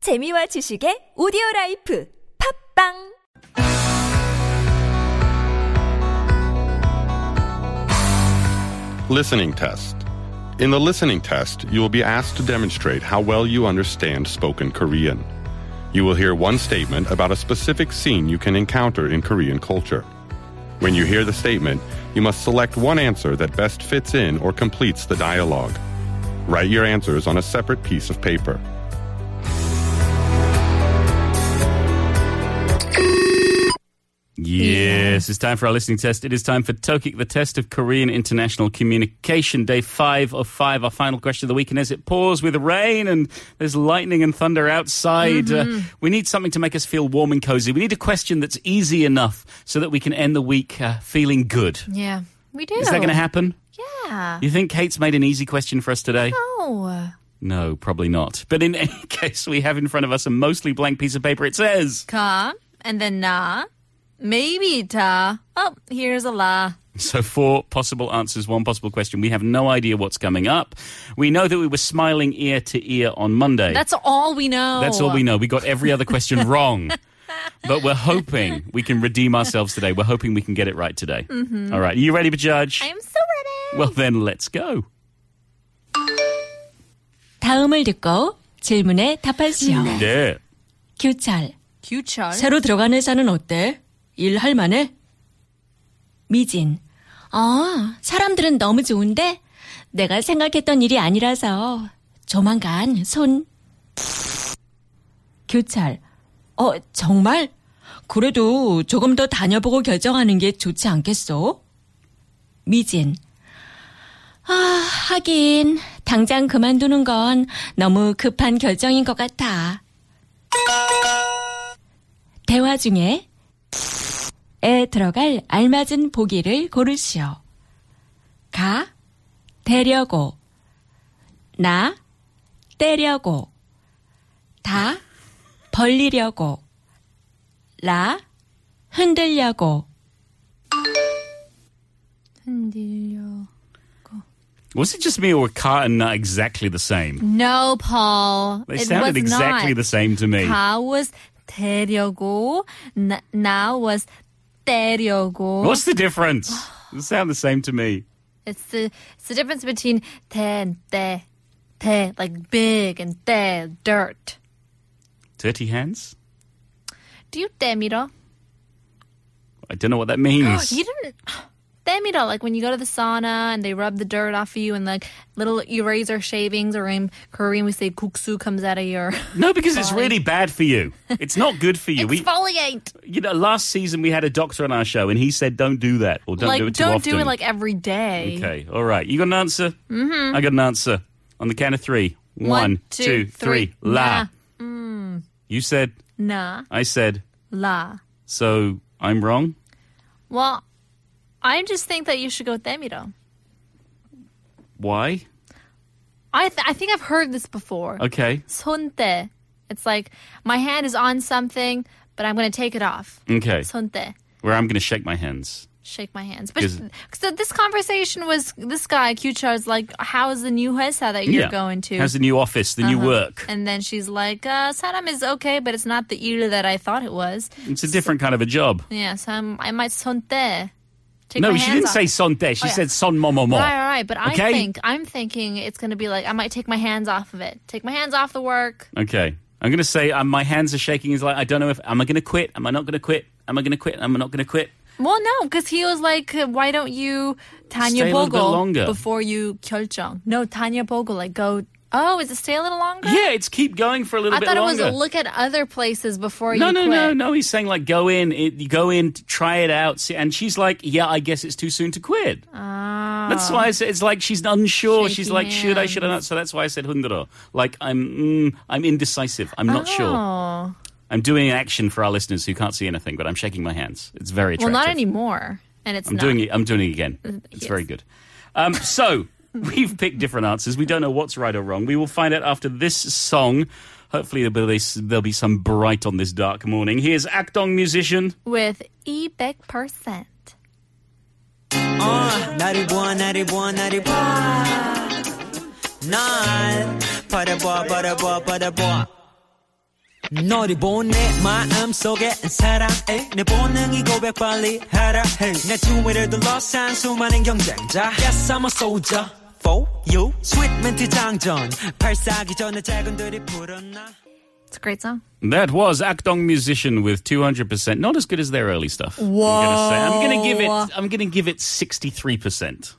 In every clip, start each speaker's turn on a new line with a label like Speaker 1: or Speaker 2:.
Speaker 1: 재미와 지식의 오디오 라이프 팝빵
Speaker 2: Listening Test. In the listening test, you will be asked to demonstrate how well you understand spoken Korean. You will hear one statement about a specific scene you can encounter in Korean culture. When you hear the statement, you must select one answer that best fits in or completes the dialogue. Write your answers on a separate piece of paper.
Speaker 3: Yes, it's time for our listening test. It is time for Tokik, the test of Korean international communication, day five of five. Our final question of the week, and as it pours with rain and there's lightning and thunder outside, uh,
Speaker 4: Mm-hmm.
Speaker 3: we need something to make us feel warm and cozy. We need a question that's easy enough so that we can end the week uh, feeling good.
Speaker 4: Yeah, we do.
Speaker 3: Is that going to happen?
Speaker 4: Yeah. Uh-huh.
Speaker 3: You think Kate's made an easy question for us today?
Speaker 4: No.
Speaker 3: No, probably not. But in any case, we have in front of us a mostly blank piece of paper. It says.
Speaker 4: Ka and then na. Maybe ta. Oh, here's a la.
Speaker 3: So, four possible answers, one possible question. We have no idea what's coming up. We know that we were smiling ear to ear on Monday.
Speaker 4: That's all we know.
Speaker 3: That's all we know. We got every other question wrong. But we're hoping we can redeem ourselves today. We're hoping we can get it right today.
Speaker 4: Mm-hmm.
Speaker 3: All right. Are you ready to judge?
Speaker 4: I'm so ready.
Speaker 3: well, then let's go.
Speaker 5: 다음을 듣고 질문에 답하시오.
Speaker 3: Yeah.
Speaker 5: 교찰.
Speaker 4: Q-chart.
Speaker 5: 새로 들어간 회사는 어때? 일할 만해? 미진. 아, 사람들은 너무 좋은데 내가 생각했던 일이 아니라서 조만간 손. 교찰. 어, 정말? 그래도 조금 더 다녀보고 결정하는 게 좋지 않겠어? 미진. 아, 하긴 당장 그만두는 건 너무 급한 결정인 것 같아. 대화 중에 에 들어갈 알맞은 보기를 고르시오. 가, 대려고. 나, 떼려고. 다, 벌리려고. 라, 흔들려고.
Speaker 4: 흔들려.
Speaker 3: Was it just me or were Ka and Na exactly the same?
Speaker 4: No, Paul.
Speaker 3: They
Speaker 4: Mm, it
Speaker 3: sounded
Speaker 4: was
Speaker 3: exactly
Speaker 4: not.
Speaker 3: the same to me.
Speaker 4: Ka was 데려고, na, na was 데려고.
Speaker 3: What's the difference? They sound the same to me.
Speaker 4: It's the it's the difference between te and te, te like big and te dirt.
Speaker 3: Dirty hands?
Speaker 4: Do you te miro?
Speaker 3: I don't know what that means.
Speaker 4: You didn't. Temiro, like when you go to the sauna and they rub the dirt off you, and like little eraser shavings, or in Korean we say kuksu comes out of your
Speaker 3: No, because it's really bad for you. It's not good for you. we,
Speaker 4: exfoliate.
Speaker 3: you know, last season we had a doctor on our show, and he said, "Don't do that, or don't
Speaker 4: like
Speaker 3: do it too
Speaker 4: don't
Speaker 3: often."
Speaker 4: do it like every day.
Speaker 3: okay, all right. You got an answer? Mm-hmm. I got an answer. On the count of three. One, two, three. La.
Speaker 4: Nah.
Speaker 3: You said.
Speaker 4: Nah,
Speaker 3: I said.
Speaker 4: la.
Speaker 3: So I'm wrong.
Speaker 4: Well, I just think that you should go with temiro.
Speaker 3: Why?
Speaker 4: I th- I think I've heard this before.
Speaker 3: Okay.
Speaker 4: 손대. It's like my hand is on something, but I'm going to take it off.
Speaker 3: Okay.
Speaker 4: 손대.
Speaker 3: Where I'm going to shake my hands.
Speaker 4: Shake my hands. But
Speaker 3: Is-
Speaker 4: so this conversation was this guy Qchar is like, "How's the new 회사 that you're
Speaker 3: yeah.
Speaker 4: going to?" Uh-huh.
Speaker 3: How's the new office? The new work?
Speaker 4: and then she's like, uh, "Saddam is okay, but it's not the 일 that I thought it was."
Speaker 3: It's a different kind of a job.
Speaker 4: Yeah, so I'm, I might 손대. Take
Speaker 3: no,
Speaker 4: my
Speaker 3: she
Speaker 4: hands
Speaker 3: didn't
Speaker 4: off.
Speaker 3: say sonte. She
Speaker 4: yeah.
Speaker 3: said son momomo.
Speaker 4: Right, right, right. But I
Speaker 3: Okay.
Speaker 4: think I'm thinking it's going to be like I might take my hands off of it. Take my hands off the work.
Speaker 3: Okay. I'm going to say um, my hands are shaking. Is like, I don't know if, am I going to quit? Am I not going to quit? Am I going to quit? Am I not going to quit?
Speaker 4: Well, no, because he was like, uh, why don't you Tanya
Speaker 3: Stay a little bit
Speaker 4: Bogle
Speaker 3: longer.
Speaker 4: before you 결정? No, Tanya Bogle, like go. Oh, is it stay a little longer?
Speaker 3: Yeah, it's keep going for a little
Speaker 4: I
Speaker 3: bit
Speaker 4: thought
Speaker 3: longer.
Speaker 4: it was look at other places before
Speaker 3: no,
Speaker 4: you
Speaker 3: no,
Speaker 4: quit.
Speaker 3: no, no. He's saying like go in, it, you go in, try it out, see, and she's like, yeah, I guess it's too soon to quit.
Speaker 4: Ah.
Speaker 3: That's why I said, it's like she's unsure. she's
Speaker 4: Shaky
Speaker 3: like, should I, should I not? So that's why I said hundred. Like I'm, mm, I'm indecisive. I'm not sure.
Speaker 4: Oh.
Speaker 3: I'm doing an action for our listeners who can't see anything, but I'm shaking my hands. It's very
Speaker 4: Well,
Speaker 3: attractive.
Speaker 4: not anymore. And it's
Speaker 3: I'm
Speaker 4: not.
Speaker 3: doing it. I'm doing it again. It's very good. Um, so we've picked different answers. We don't know what's right or wrong. We will find out after this song. Hopefully there'll be, there'll be some bright on this dark morning. Here's Akdong musician.
Speaker 4: with e big percent.
Speaker 6: 나를 보아 나를 보아 나를 보아 날 바라보아 바라보아 바라보아 너를 보내 마음속에 사랑해 내 본능이 고백 빨리 하라 해내 주위를 둘러싼 수많은 경쟁자 Yes I'm a soldier for you Sweet 멘트 장전 발사기 전에 작은들이 풀었나
Speaker 4: It's a great song.
Speaker 3: That was Akdong Musician with 200%. Not as good as their early stuff. Whoa. I'm gonna say. I'm gonna give it I'm gonna give it 63%.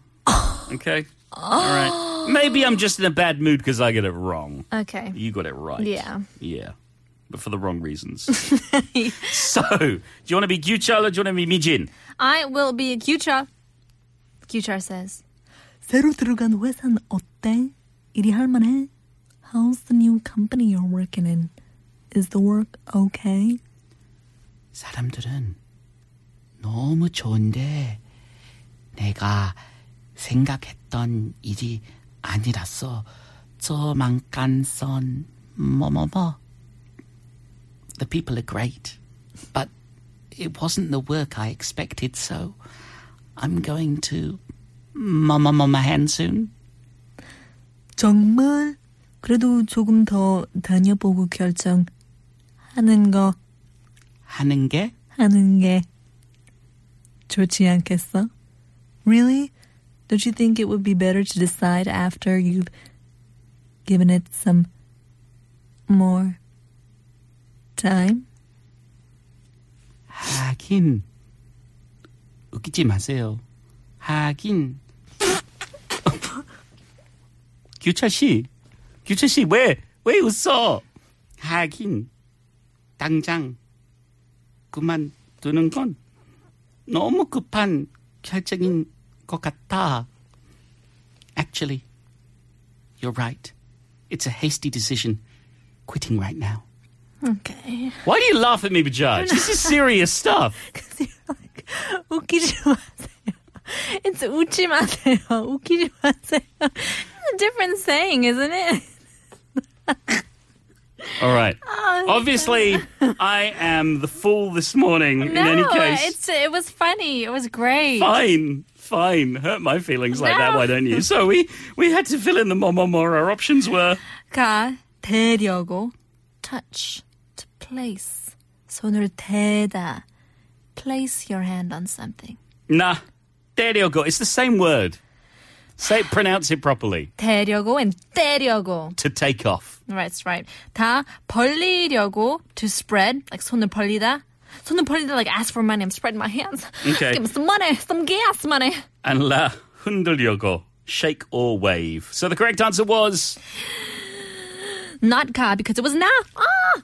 Speaker 3: okay? All right. Maybe I'm just in a bad mood cuz I get it wrong.
Speaker 4: Okay.
Speaker 3: You got it right.
Speaker 4: Yeah.
Speaker 3: Yeah. But for the wrong reasons. so, do you want to be Gyuchal or do you want to be Mijin?
Speaker 4: I will be a Qchar. Qchar says,
Speaker 7: 새로 들어간 회사는 어때? 일이 할만해? How's the new company you're working in? Is the work okay?
Speaker 8: 사람들은 너무 좋은데 내가 생각했던 일이 아니라서 저만간선 뭐뭐뭐 The people are great, but it wasn't the work I expected, so I'm going to 뭐뭐뭐마 hand soon.
Speaker 7: 정말? 그래도 조금 더 다녀보고 결정하는 거
Speaker 8: 하는 게
Speaker 7: 하는 게 좋지 않겠어? Really? Don't you think it would be better to decide after you've given it some more time?
Speaker 8: 하긴 웃기지 마세요. 하긴
Speaker 3: 규철 씨. 규철 씨, 왜? 왜 웃어?
Speaker 8: 하긴 당장 그만두는 건 너무 급한 결정인 것 같아. Actually, you're right. It's a hasty decision. Quitting right now.
Speaker 4: okay.
Speaker 3: Why do you laugh at me, Bajaj? This is serious stuff.
Speaker 7: 웃기지 마세요.
Speaker 4: It's 웃지 마세요. 웃기지 마세요. It's a different saying, isn't it?
Speaker 3: All right.
Speaker 4: Oh,
Speaker 3: Obviously, I am the fool this morning. in any case,
Speaker 4: it's, it was funny. It was great.
Speaker 3: fine, fine. Hurt my feelings like that, why don't you? So we we had to fill in the more, more, more. Our options were
Speaker 4: 가 대려고 touch to place 손을 대다 place your hand on something
Speaker 3: nah, 데려고. It's the same word. Say it, pronounce it properly.
Speaker 4: 대려고 and 때려고
Speaker 3: To take off.
Speaker 4: That's right. 다 벌리려고 to spread like 손을 벌리다 손을 벌리다 like ask for money I'm spreading my hands
Speaker 3: Okay.
Speaker 4: give me some money some gas money
Speaker 3: And la 흔들려고. Shake or wave. So the correct answer was,
Speaker 4: not 가 because it was na ah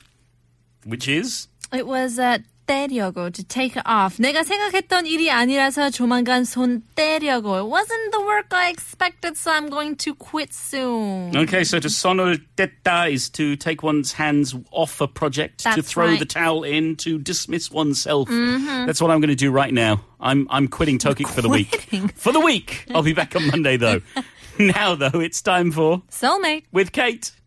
Speaker 3: which is
Speaker 4: it was uh, 때려고 to take off 내가 생각했던 일이 아니라서 조만간 손 때려고 it wasn't the work I expected so I'm going to quit soon
Speaker 3: okay. So to sonoldetta is to take one's hands off a project, to
Speaker 4: That's
Speaker 3: throw
Speaker 4: right. Mm-hmm.
Speaker 3: the towel in, to dismiss oneself. That's what I'm going to do right now. I'm I'm quitting Tokik for the week. For the week, I'll be back on Monday though. now though, it's time for
Speaker 4: soulmate
Speaker 3: with Kate.